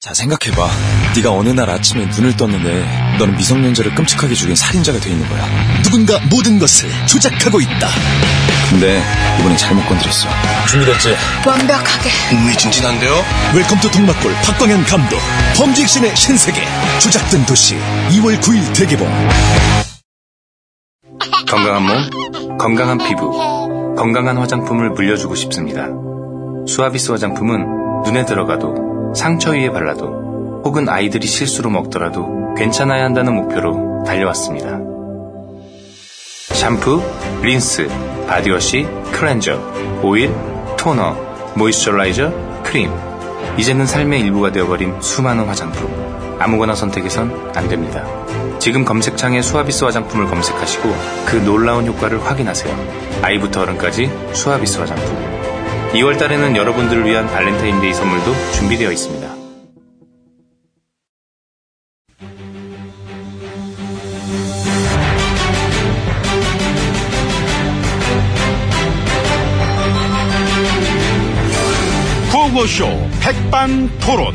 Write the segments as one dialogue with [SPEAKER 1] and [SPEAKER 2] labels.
[SPEAKER 1] 자 생각해봐 네가 어느 날 아침에 눈을 떴는데 너는 미성년자를 끔찍하게 죽인 살인자가 돼 있는 거야
[SPEAKER 2] 누군가 모든 것을 조작하고 있다.
[SPEAKER 1] 근데 이번엔 잘못 건드렸어 준비됐지?
[SPEAKER 3] 완벽하게
[SPEAKER 4] 흥미진진한데요?
[SPEAKER 2] 웰컴 투 동막골 박광현 감독 범죄 액션의 신세계 조작된 도시 2월 9일 대개봉
[SPEAKER 4] 건강한 몸, 건강한 피부, 건강한 화장품을 물려주고 싶습니다. 수아비스 화장품은 눈에 들어가도, 상처 위에 발라도, 혹은 아이들이 실수로 먹더라도 괜찮아야 한다는 목표로 달려왔습니다. 샴푸, 린스, 바디워시, 클렌저, 오일, 토너, 모이스처라이저, 크림. 이제는 삶의 일부가 되어버린 수많은 화장품. 아무거나 선택해선 안 됩니다. 지금 검색창에 수아비스 화장품을 검색하시고 그 놀라운 효과를 확인하세요. 아이부터 어른까지 수아비스 화장품. 2월 달에는 여러분들을 위한 발렌타인데이 선물도 준비되어 있습니다.
[SPEAKER 5] 구호쇼 백반토론.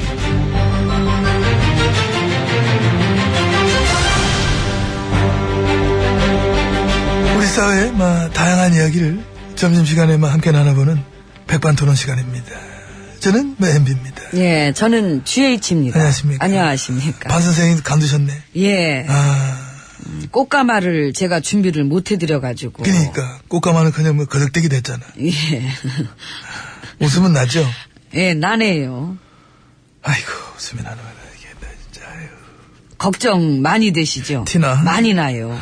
[SPEAKER 6] 우리 사회의 막 다양한 이야기를 점심시간에 막 함께 나눠보는 백반토론 시간입니다. 저는 MB입니다.
[SPEAKER 7] 예, 저는 GH입니다.
[SPEAKER 6] 안녕하십니까.
[SPEAKER 7] 안녕하십니까.
[SPEAKER 6] 반 선생님 감두셨네.
[SPEAKER 7] 예, 음,
[SPEAKER 6] 아,
[SPEAKER 7] 꽃가마를 제가 준비를 못 해드려가지고.
[SPEAKER 6] 그러니까 꽃가마는 그냥 뭐 거덕대기 됐잖아.
[SPEAKER 7] 어. 예,
[SPEAKER 6] 웃으면 나죠?
[SPEAKER 7] 예, 나네요.
[SPEAKER 6] 아이고 웃음이 나는 거야 이게 나 진짜. 아유.
[SPEAKER 7] 걱정 많이 되시죠?
[SPEAKER 6] 티나? 어.
[SPEAKER 7] 많이 나요.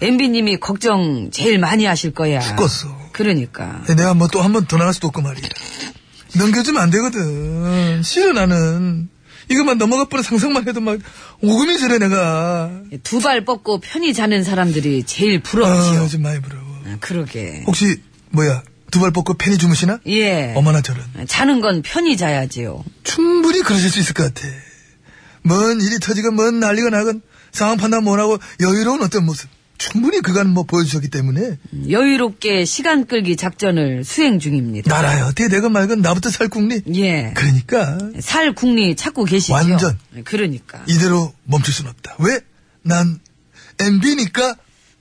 [SPEAKER 7] MB님이 걱정 제일 많이 하실 거야.
[SPEAKER 6] 죽겠어.
[SPEAKER 7] 그러니까.
[SPEAKER 6] 근데 내가 뭐 또 한 번 더 나갈 수도 없고 말이야. 넘겨주면 안 되거든. 싫어 나는. 이것만 넘어가 버려 상상만 해도 막 오금이 저래 내가.
[SPEAKER 7] 예, 두 발 뻗고 편히 자는 사람들이 제일 부럽지요.
[SPEAKER 6] 아, 좀 많이 부러워.
[SPEAKER 7] 아, 그러게.
[SPEAKER 6] 혹시 뭐야 두 발 뻗고 팬이 주무시나?
[SPEAKER 7] 예.
[SPEAKER 6] 어머나 저런.
[SPEAKER 7] 자는 건 편히 자야지요.
[SPEAKER 6] 충분히 그러실 수 있을 것 같아. 뭔 일이 터지건 뭔 난리가 나건 상황 판단 못하고 여유로운 어떤 모습. 충분히 그간 뭐 보여주셨기 때문에
[SPEAKER 7] 음, 여유롭게 시간 끌기 작전을 수행 중입니다.
[SPEAKER 6] 나라야 어떻게 되건 말건 나부터 살 국리.
[SPEAKER 7] 예.
[SPEAKER 6] 그러니까
[SPEAKER 7] 살 국리 찾고 계시죠?
[SPEAKER 6] 완전.
[SPEAKER 7] 그러니까.
[SPEAKER 6] 이대로 멈출 순 없다. 왜? 난 MB니까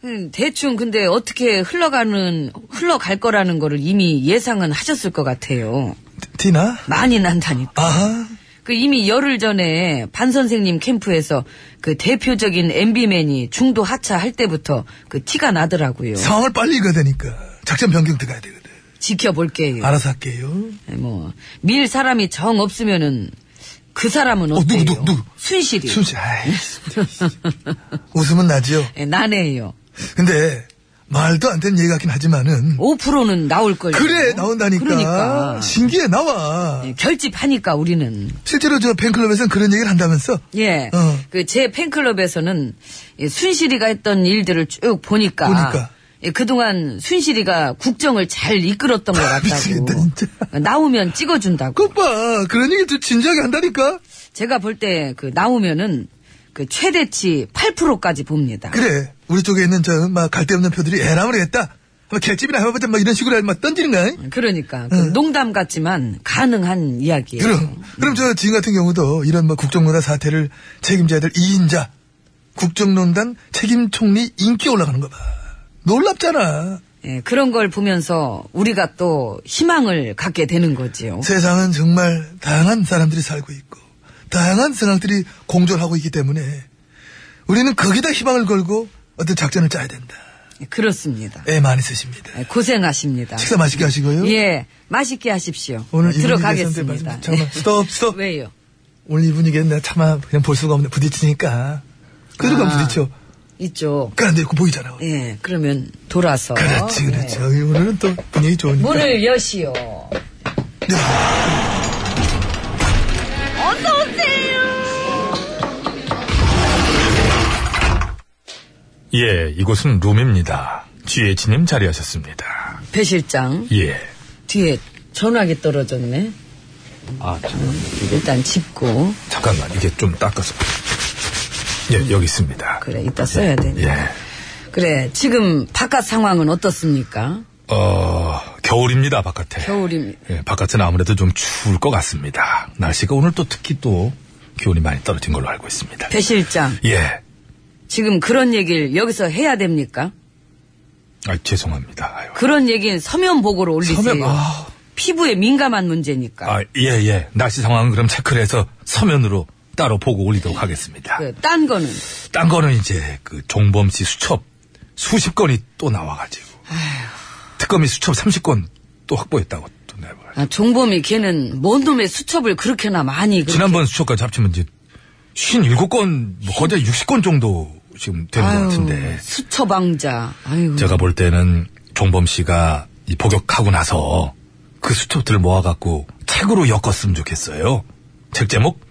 [SPEAKER 7] 음, 대충 근데 어떻게 흘러가는, 흘러갈 거라는 거를 이미 예상은 하셨을 것 같아요.
[SPEAKER 6] 티나.
[SPEAKER 7] 많이 난다니까.
[SPEAKER 6] 아하.
[SPEAKER 7] 그 이미 열흘 전에 반 선생님 캠프에서 그 대표적인 MB맨이 중도 하차 할 때부터 그 티가 나더라고요.
[SPEAKER 6] 상황을 빨리 읽어야 되니까 작전 변경 들어가야 되거든.
[SPEAKER 7] 지켜볼게요.
[SPEAKER 6] 알아서 할게요.
[SPEAKER 7] 뭐, 밀 사람이 정 없으면은 그 사람은
[SPEAKER 6] 어,
[SPEAKER 7] 어때요?
[SPEAKER 6] 누구, 누구, 누구?
[SPEAKER 7] 순실이.
[SPEAKER 6] 숨쉬. 아이, 웃음은 나지요.
[SPEAKER 7] 예, 나네요.
[SPEAKER 6] 근데 말도 안 되는 얘기 같긴 하지만은
[SPEAKER 7] 5%는 나올걸요.
[SPEAKER 6] 그래 나온다니까
[SPEAKER 7] 그러니까.
[SPEAKER 6] 신기해 나와
[SPEAKER 7] 예, 결집하니까 우리는.
[SPEAKER 6] 실제로 저 팬클럽에서는 그런 얘기를 한다면서
[SPEAKER 7] 예.
[SPEAKER 6] 어.
[SPEAKER 7] 그 제 팬클럽에서는 이 순실이가 했던 일들을 쭉 보니까.
[SPEAKER 6] 보니까.
[SPEAKER 7] 예, 그동안 순실이가 국정을 잘 이끌었던 것 같다고.
[SPEAKER 6] 아, 미치겠다, 진짜.
[SPEAKER 7] 나오면 찍어준다고.
[SPEAKER 6] 그봐 그런 얘기 좀 진지하게 한다니까
[SPEAKER 7] 제가 볼 때 그 나오면은 그 최대치 8%까지 봅니다.
[SPEAKER 6] 그래 우리 쪽에 있는 저 막 갈데없는 표들이 애람을 했다 뭐 개집이나 해보자 막 이런 식으로 막 던지는 거야
[SPEAKER 7] 그러니까 그 농담 같지만 가능한 이야기예요.
[SPEAKER 6] 그럼 그럼 저 지금 같은 경우도 이런 뭐 국정농단 사태를 책임져야 될 2인자 국정농단 책임 총리 인기 올라가는 거봐 놀랍잖아
[SPEAKER 7] 예, 그런 걸 보면서 우리가 또 희망을 갖게 되는 거지요.
[SPEAKER 6] 세상은 정말 다양한 사람들이 살고 있고 다양한 생각들이 공존하고 있기 때문에 우리는 거기다 희망을 걸고 어떤 작전을 짜야 된다.
[SPEAKER 7] 예, 그렇습니다.
[SPEAKER 6] 애 많이 쓰십니다.
[SPEAKER 7] 예, 고생하십니다.
[SPEAKER 6] 식사 맛있게 하시고요.
[SPEAKER 7] 예, 맛있게 하십시오.
[SPEAKER 6] 오늘
[SPEAKER 7] 예,
[SPEAKER 6] 이 분위기에서는
[SPEAKER 7] 들어가겠습니다. 네.
[SPEAKER 6] 말씀- 잠깐만 스톱 스톱.
[SPEAKER 7] 왜요?
[SPEAKER 6] 오늘 이 분위기는 내가 차마 그냥 볼 수가 없네 부딪히니까. 그래도
[SPEAKER 7] 아.
[SPEAKER 6] 부딪혀.
[SPEAKER 7] 이쪽.
[SPEAKER 6] 그안 되고 보이잖아.
[SPEAKER 7] 예, 그러면 돌아서.
[SPEAKER 6] 그렇지
[SPEAKER 7] 예.
[SPEAKER 6] 그렇지. 어, 오늘은 또 분위기 좋으니까.
[SPEAKER 7] 문을 여시오.
[SPEAKER 6] 야,
[SPEAKER 5] 예, 이곳은 룸입니다. GH님 자리하셨습니다.
[SPEAKER 7] 배 실장
[SPEAKER 5] 예.
[SPEAKER 7] 뒤에 전화기 떨어졌네.
[SPEAKER 5] 아, 잠깐,
[SPEAKER 7] 일단 짚고
[SPEAKER 5] 잠깐만. 이게 좀 닦아서. 예, 여기 있습니다.
[SPEAKER 7] 그래 이따 써야 되네.
[SPEAKER 5] 예.
[SPEAKER 7] 그래 지금 바깥 상황은 어떻습니까?
[SPEAKER 5] 어, 겨울입니다, 바깥에.
[SPEAKER 7] 겨울입니다.
[SPEAKER 5] 예, 바깥은 아무래도 좀 추울 것 같습니다. 날씨가 오늘 또 특히 또 기온이 많이 떨어진 걸로 알고 있습니다.
[SPEAKER 7] 배 실장,
[SPEAKER 5] 예.
[SPEAKER 7] 지금 그런 얘기를 여기서 해야 됩니까?
[SPEAKER 5] 아, 죄송합니다. 아유.
[SPEAKER 7] 그런 얘기는 서면 보고로 올리세요.
[SPEAKER 5] 서면, 아.
[SPEAKER 7] 피부에 민감한 문제니까.
[SPEAKER 5] 아, 예, 예. 날씨 상황은 그럼 체크를 해서 서면으로 따로 보고 올리도록 하겠습니다.
[SPEAKER 7] 그, 딴 거는.
[SPEAKER 5] 딴 거는 이제 그 종범 씨 수첩 수십 건이 또 나와가지고. 특검이 수첩 30건 또 확보했다고 또 내버려.
[SPEAKER 7] 아, 종범이 걔는 뭔 놈의 수첩을 그렇게나 많이. 그렇게-
[SPEAKER 5] 지난번 수첩까지 합치면 이제 57건, 뭐 거의 60건 정도 지금 되는
[SPEAKER 7] 아유,
[SPEAKER 5] 것 같은데.
[SPEAKER 7] 수처방자. 아유.
[SPEAKER 5] 제가 볼 때는 종범 씨가 이 복역하고 나서 그 수첩들을 모아갖고 책으로 엮었으면 좋겠어요. 책 제목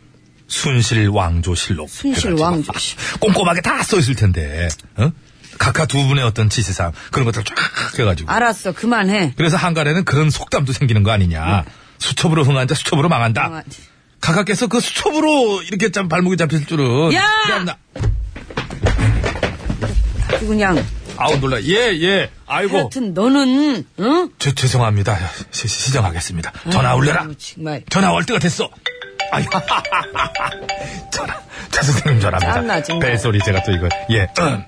[SPEAKER 5] 순실 왕조 실록.
[SPEAKER 7] 순실
[SPEAKER 5] 해가지고
[SPEAKER 7] 왕조
[SPEAKER 5] 막
[SPEAKER 7] 실록.
[SPEAKER 5] 꼼꼼하게 다 써있을 텐데. 어? 각하 두 분의 어떤 지시사항 그런 것들 쫙 해가지고.
[SPEAKER 7] 알았어, 그만해.
[SPEAKER 5] 그래서 한간에는 그런 속담도 생기는 거 아니냐. 수첩으로 흥한자 수첩으로 망한다.
[SPEAKER 7] 아,
[SPEAKER 5] 각하께서 그 수첩으로 이렇게 참 발목이 잡힐 줄은.
[SPEAKER 7] 야!
[SPEAKER 5] 참나.
[SPEAKER 7] 아주 그냥.
[SPEAKER 5] 아우 놀라. 예 예. 아이고.
[SPEAKER 7] 하여튼 너는, 응?
[SPEAKER 5] 죄- 죄송합니다. 시, 정하겠습니다
[SPEAKER 7] 음.
[SPEAKER 5] 전화 올려라.
[SPEAKER 7] 아유, 정말.
[SPEAKER 5] 전화 올 때가 됐어. 아이, 전화. 최 선생님 전화입니다.
[SPEAKER 7] 짠나, 정말.
[SPEAKER 5] 벨소리 제가 또 이거. 예. 음.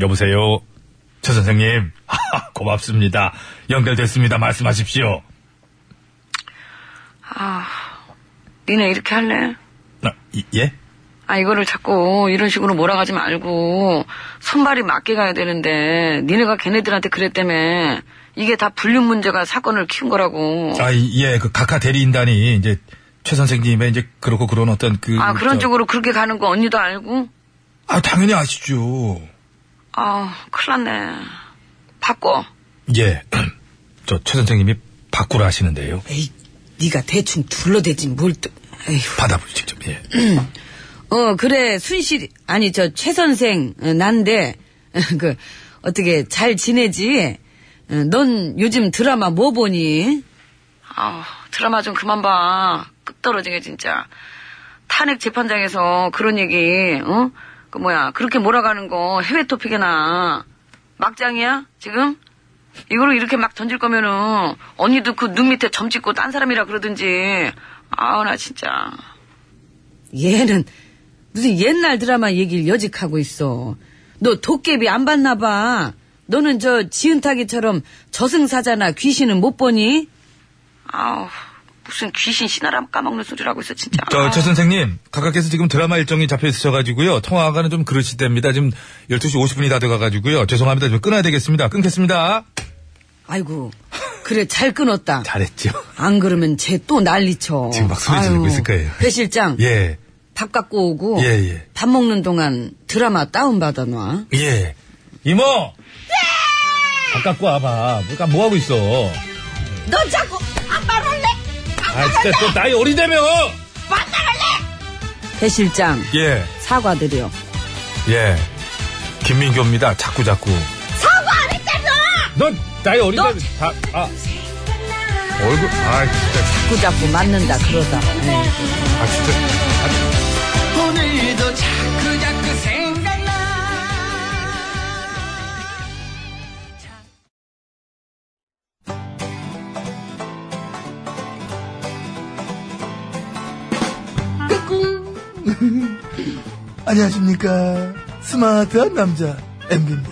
[SPEAKER 5] 여보세요. 최 선생님. 고맙습니다. 연결됐습니다. 말씀하십시오.
[SPEAKER 7] 아, 니네 이렇게 할래?
[SPEAKER 5] 아, 이- 예?
[SPEAKER 7] 아, 이거를 자꾸 이런 식으로 몰아가지 말고, 손발이 맞게 가야 되는데, 니네가 걔네들한테 그랬다며. 이게 다 불륜 문제가 사건을 키운 거라고.
[SPEAKER 5] 아, 이- 예. 그 각하 대리인단이 이제 최 선생님의 이제 그렇고 그런 어떤 그.
[SPEAKER 7] 아, 그런
[SPEAKER 5] 저-
[SPEAKER 7] 쪽으로 그렇게 가는 거 언니도 알고?
[SPEAKER 5] 아, 당연히 아시죠.
[SPEAKER 7] 아, 큰일 났네. 바꿔.
[SPEAKER 5] 예. 저 최 선생님이 바꾸라 하시는데요.
[SPEAKER 7] 에이, 니가 대충 둘러대지 뭘 또. 에휴.
[SPEAKER 5] 받아보죠, 직접. 예.
[SPEAKER 7] 어, 그래, 순실, 아니, 저, 최 선생, 어, 난데, 그, 어떻게, 잘 지내지? 어, 넌 요즘 드라마 뭐 보니? 아 드라마 좀 그만 봐. 끝떨어지게, 진짜. 탄핵 재판장에서 그런 얘기, 어? 그, 뭐야, 그렇게 몰아가는 거 해외 토픽에나. 막장이야? 지금? 이거로 이렇게 막 던질 거면은, 언니도 그 눈 밑에 점 찍고 딴 사람이라 그러든지. 아우, 나 진짜. 얘는 무슨 옛날 드라마 얘기를 여직하고 있어. 너 도깨비 안 봤나 봐. 너는 저 지은타기처럼 저승사자나 귀신은 못 보니? 아우 무슨 귀신 신하람 까먹는 소리라고 있어 진짜.
[SPEAKER 5] 저, 최 선생님, 각하께서 지금 드라마 일정이 잡혀 있으셔가지고요. 통화가는 좀 그러시답니다. 지금 12시 50분이 다 돼가가지고요. 죄송합니다. 좀 끊어야 되겠습니다. 끊겠습니다.
[SPEAKER 7] 아이고 그래 잘 끊었다.
[SPEAKER 5] 잘했죠.
[SPEAKER 7] 안 그러면 쟤 또 난리쳐.
[SPEAKER 5] 지금 막 소리 지르고
[SPEAKER 7] 아유,
[SPEAKER 5] 있을 거예요.
[SPEAKER 7] 배 실장
[SPEAKER 5] 예.
[SPEAKER 7] 밥 갖고 오고
[SPEAKER 5] 예, 예.
[SPEAKER 7] 밥 먹는 동안 드라마 다운 받아 놔.
[SPEAKER 5] 예. 이모! 밥 갖고 와봐. 그러니까 뭐하고 있어.
[SPEAKER 3] 너 자꾸 안 말할래?
[SPEAKER 5] 아, 진짜 또 나이 어리다며!
[SPEAKER 7] 배 실장
[SPEAKER 5] 예,
[SPEAKER 7] 사과드려.
[SPEAKER 5] 예. 김민교입니다. 자꾸자꾸.
[SPEAKER 3] 사과 안 했잖아!
[SPEAKER 5] 넌 나이 어리다며. 다, 아. 얼굴, 아,
[SPEAKER 7] 자꾸
[SPEAKER 5] 진짜.
[SPEAKER 7] 자꾸 맞는다 그러다. 예. 에이.
[SPEAKER 5] 아, 진짜.
[SPEAKER 3] 오늘도 자꾸 자꾸 생각나.
[SPEAKER 6] 안녕하십니까. 스마트한 남자, MB입니다.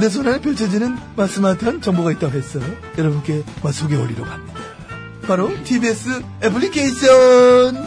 [SPEAKER 6] 내 손안에 펼쳐지는 마, 스마트한 정보가 있다고 해서 여러분께 마, 소개해드리려고 합니다. 바로 TBS 애플리케이션!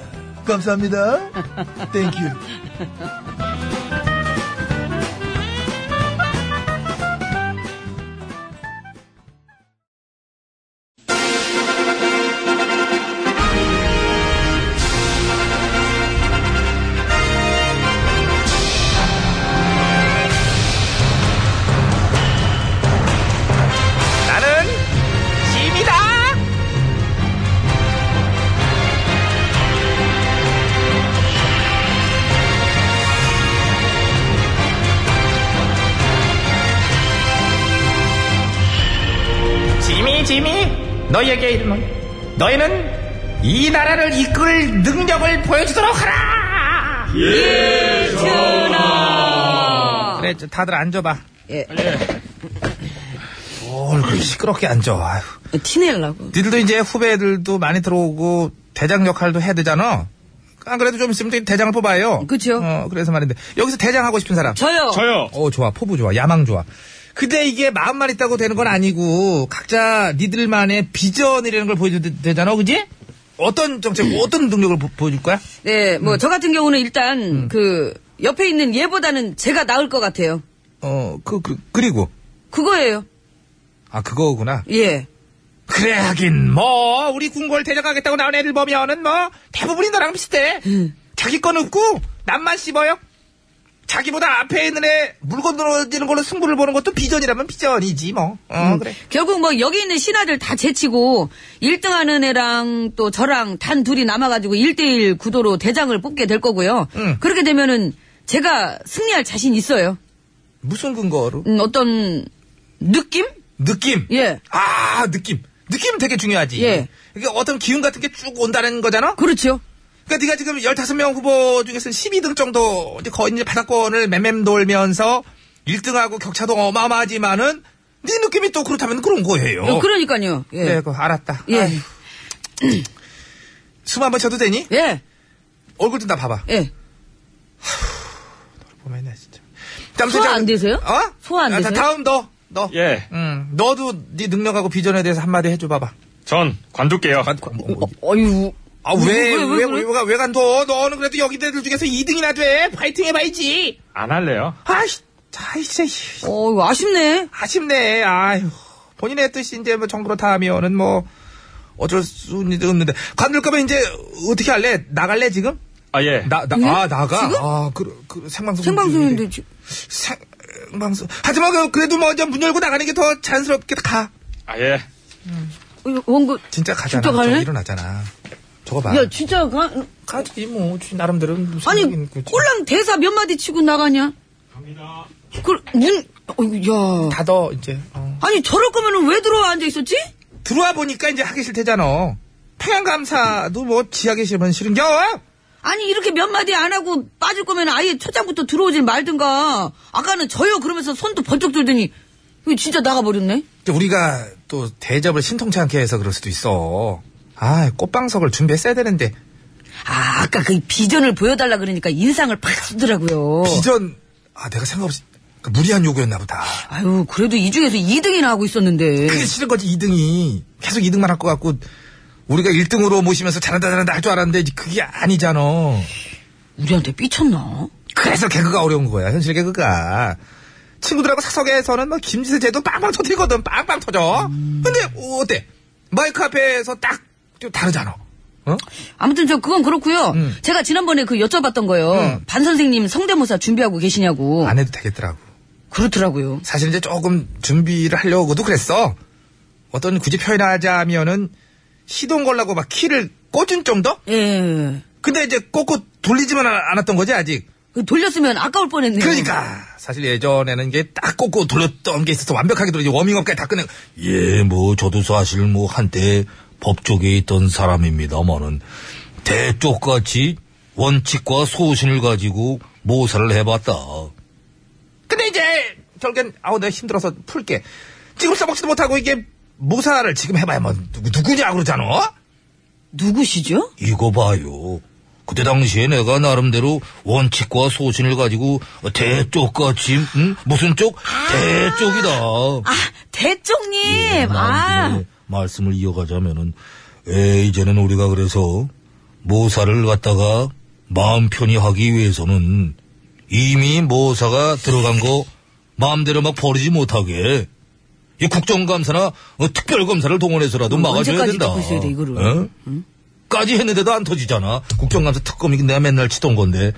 [SPEAKER 6] 감사합니다. 땡큐.
[SPEAKER 4] 나는
[SPEAKER 8] 너희에게 이르노니 너희는 이 나라를 이끌 능력을 보여주도록 하라.
[SPEAKER 3] 예,
[SPEAKER 7] 전하.
[SPEAKER 8] 그래, 저 다들 앉아봐.
[SPEAKER 7] 예,
[SPEAKER 8] 얼굴 시끄럽게 앉아. 아휴.
[SPEAKER 7] 티내려고.
[SPEAKER 8] 니들도 이제 후배들도 많이 들어오고 대장 역할도 해야 되잖아. 안 그래도 좀 있으면 또 대장을 뽑아요.
[SPEAKER 7] 그쵸.
[SPEAKER 8] 어, 그래서 말인데 여기서 대장 하고 싶은 사람.
[SPEAKER 7] 저요.
[SPEAKER 9] 저요.
[SPEAKER 8] 어, 좋아. 포부 좋아. 야망 좋아. 근데 이게 마음만 있다고 되는 건 아니고 각자 니들만의 비전이라는 걸 보여줘야 되잖아, 그지? 어떤 정책, 어떤 능력을 보, 여줄 거야?
[SPEAKER 7] 네, 뭐 저 같은 경우는 일단 그 옆에 있는 얘보다는 제가 나을 것 같아요.
[SPEAKER 8] 어, 그, 그, 그리고.
[SPEAKER 7] 그거예요.
[SPEAKER 8] 아, 그거구나.
[SPEAKER 7] 예.
[SPEAKER 8] 그래, 하긴, 뭐, 우리 궁궐 대적하겠다고 나온 애들 보면은 뭐, 대부분이 너랑 비슷해. 자기 건 없고, 남만 씹어요. 자기보다 앞에 있는 애 물건 떨어지는 걸로 승부를 보는 것도 비전이라면 비전이지, 뭐. 어, 그래.
[SPEAKER 7] 결국 뭐 여기 있는 신하들 다 제치고 1등 하는 애랑 또 저랑 단 둘이 남아가지고 1대1 구도로 대장을 뽑게 될 거고요.
[SPEAKER 8] 음.
[SPEAKER 7] 그렇게 되면은 제가 승리할 자신 있어요.
[SPEAKER 8] 무슨 근거로?
[SPEAKER 7] 음, 어떤 느낌?
[SPEAKER 8] 느낌.
[SPEAKER 7] 예.
[SPEAKER 8] 아, 느낌. 느낌 되게 중요하지.
[SPEAKER 7] 예.
[SPEAKER 8] 이게 어떤 기운 같은 게 쭉 온다는 거잖아?
[SPEAKER 7] 그렇죠.
[SPEAKER 8] 그러니까 네가 지금 15명 후보 중에서 12등 정도 이제 거의 이제 바닥권을 맴맴 돌면서 1등하고 격차도 어마어마하지만은 네 느낌이 또 그렇다면 그런 거예요.
[SPEAKER 7] 어, 그러니까요. 예.
[SPEAKER 8] 네, 그거 알았다.
[SPEAKER 7] 예.
[SPEAKER 8] 아휴. 숨 한번 쉬어도 되니?
[SPEAKER 7] 예.
[SPEAKER 8] 얼굴 좀 다 봐봐.
[SPEAKER 7] 예.
[SPEAKER 8] 보면은 진짜.
[SPEAKER 7] 소화 안 되세요?
[SPEAKER 8] 어?
[SPEAKER 7] 소화 안
[SPEAKER 8] 아, 자,
[SPEAKER 7] 되세요?
[SPEAKER 8] 다음 너. 너.
[SPEAKER 9] 예.
[SPEAKER 8] 음, 너도 네 능력하고 비전에 대해서 한마디 해줘 봐봐. 뭐,
[SPEAKER 9] 전 관둘게요.
[SPEAKER 7] 어, 어유.
[SPEAKER 8] 아, 왜,
[SPEAKER 7] 왜,
[SPEAKER 8] 왜,
[SPEAKER 7] 왜,
[SPEAKER 8] 왜,
[SPEAKER 7] 그래?
[SPEAKER 8] 왜, 왜, 간둬? 너는 그래도 여기 애들 중에서 2등이나 돼. 파이팅 해봐야지.
[SPEAKER 9] 안 할래요.
[SPEAKER 8] 아이씨, 자, 이제, 이,
[SPEAKER 7] 어유 아쉽네.
[SPEAKER 8] 아쉽네. 아휴. 본인의 뜻이 이제 뭐 정그렇다 하면은 뭐 어쩔 수 없는데. 관둘 거면 이제 어떻게 할래? 나갈래, 지금?
[SPEAKER 9] 아, 예.
[SPEAKER 8] 나, 나,
[SPEAKER 7] 예?
[SPEAKER 8] 아, 나가?
[SPEAKER 7] 지금?
[SPEAKER 8] 아, 그, 그, 생방송.
[SPEAKER 7] 생방송인데 지-
[SPEAKER 8] 생방송. 하지만 그- 그래도 먼저 문 열고 나가는 게 더 자연스럽게 가.
[SPEAKER 9] 아, 예.
[SPEAKER 7] 어이, 원고.
[SPEAKER 8] 진짜 가잖아.
[SPEAKER 7] 진짜
[SPEAKER 8] 저기
[SPEAKER 7] 갈래?
[SPEAKER 8] 일어나잖아. 저거 봐.
[SPEAKER 7] 야 진짜 가.
[SPEAKER 8] 가지, 뭐. 나름대로. 무슨
[SPEAKER 7] 아니
[SPEAKER 8] 얘기는 그렇지.
[SPEAKER 7] 꼴랑 대사 몇 마디 치고 나가냐? 갑니다. 그눈 어유 야.
[SPEAKER 8] 닫어, 이제. 어.
[SPEAKER 7] 아니 저럴 거면은 왜 들어와 앉아 있었지?
[SPEAKER 8] 들어와 보니까 이제 하기 싫대잖아. 평양감사도 뭐 지하기 싫으면 싫은겨?
[SPEAKER 7] 아니 이렇게 몇 마디 안 하고 빠질 거면 아예 초장부터 들어오질 말든가. 아까는 저요 그러면서 손도 번쩍 들더니 이거 진짜 나가 버렸네.
[SPEAKER 8] 우리가 또 대접을 신통치 않게 해서 그럴 수도 있어. 아, 꽃방석을 준비했어야 되는데
[SPEAKER 7] 아 아까 그 비전을 보여달라 그러니까 인상을 팍 쓰더라고요.
[SPEAKER 8] 비전 아 내가 생각 없이 그러니까 무리한 요구였나 보다.
[SPEAKER 7] 아유 그래도 이 중에서 2등이나 하고 있었는데.
[SPEAKER 8] 그게 싫은 거지 2등이 계속 2등만 할 것 같고 우리가 1등으로 모시면서 잘한다 잘한다 할 줄 알았는데 이제 그게 아니잖아.
[SPEAKER 7] 우리한테 삐쳤나?
[SPEAKER 8] 그래서 개그가 어려운 거야 현실 개그가. 친구들하고 사석에서는 뭐 김지세 제도 빵빵 터뜨리거든 빵빵 터져. 근데 어때 마이크 앞에서 딱좀 다르잖아. 어?
[SPEAKER 7] 아무튼 저 그건 그렇고요. 제가 지난번에 그 여쭤봤던 거요.
[SPEAKER 8] 음.
[SPEAKER 7] 반 선생님 성대모사 준비하고 계시냐고.
[SPEAKER 8] 안 해도 되겠더라고.
[SPEAKER 7] 그렇더라고요.
[SPEAKER 8] 사실 이제 조금 준비를 하려고도 그랬어. 어떤 굳이 표현하자면은 시동 걸라고 막 키를 꽂은 정도?
[SPEAKER 7] 예.
[SPEAKER 8] 근데 이제 꽂고 돌리지만 아- 않았던 거지 아직.
[SPEAKER 7] 그 돌렸으면 아까울 뻔했네요.
[SPEAKER 8] 그러니까 사실 예전에는 이게 딱 꽂고 돌렸던 게 있어서 완벽하게 돌리지 워밍업까지 다 끝내. 예, 뭐 저도 사실 뭐 한때 법 쪽에 있던 사람입니다만은 대쪽같이 원칙과 소신을 가지고 모사를 해봤다. 근데 이제 결국엔 아우 내가 힘들어서 풀게. 지금 써먹지도 못하고 이게 모사를 지금 해봐야 뭐 누구, 누구냐 그러잖아.
[SPEAKER 7] 누구시죠?
[SPEAKER 5] 이거 봐요. 그때 당시에 내가 나름대로 원칙과 소신을 가지고 대쪽같이 응? 무슨 쪽? 대쪽이다.
[SPEAKER 7] 아, 대쪽님!
[SPEAKER 5] 예,
[SPEAKER 7] 아,
[SPEAKER 5] 나름대로 네, 말씀을 이어가자면은 에, 이제는 우리가 그래서 모사를 갖다가 마음 편히 하기 위해서는 이미 모사가 들어간 거 마음대로 막 버리지 못하게 이 국정감사나 어, 특별검사를 동원해서라도
[SPEAKER 7] 어,
[SPEAKER 5] 막아줘야
[SPEAKER 7] 언제까지
[SPEAKER 5] 된다.
[SPEAKER 7] 듣고 있어야 돼, 이거를?
[SPEAKER 5] 어? 까지 했는데도 안 터지잖아. 국정감사 특검이 내가 맨날 치던 건데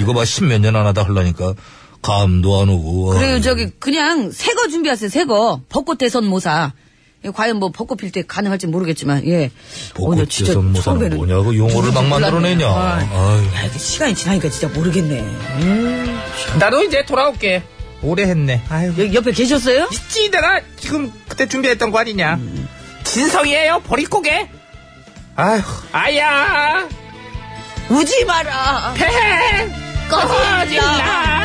[SPEAKER 5] 이거 봐 십몇 년 안 하다 하려니까 감도 안 오고.
[SPEAKER 7] 그래요,
[SPEAKER 5] 아유.
[SPEAKER 7] 저기, 그냥 새 거 준비하세요, 새 거. 벚꽃 대선 모사. 예, 과연 뭐 벚꽃 필 때 가능할지 모르겠지만, 예.
[SPEAKER 5] 벚꽃
[SPEAKER 7] 나 진짜
[SPEAKER 5] 대선 모사는
[SPEAKER 7] 처음에는
[SPEAKER 5] 뭐냐고 용어를 막
[SPEAKER 7] 누군지
[SPEAKER 5] 만들어내냐.
[SPEAKER 7] 몰랐네.
[SPEAKER 5] 아유.
[SPEAKER 7] 야, 이게 시간이 지나니까 진짜 모르겠네.
[SPEAKER 8] 나도 이제 돌아올게. 오래 했네. 아유.
[SPEAKER 7] 여기 옆에 계셨어요?
[SPEAKER 8] 있지 내가 지금 그때 준비했던 거 아니냐
[SPEAKER 5] 진성이에요 보릿고개
[SPEAKER 10] 아휴,
[SPEAKER 5] 아야
[SPEAKER 7] 우지 마라.
[SPEAKER 5] 팽
[SPEAKER 7] 꺼진다.
[SPEAKER 5] 꺼진다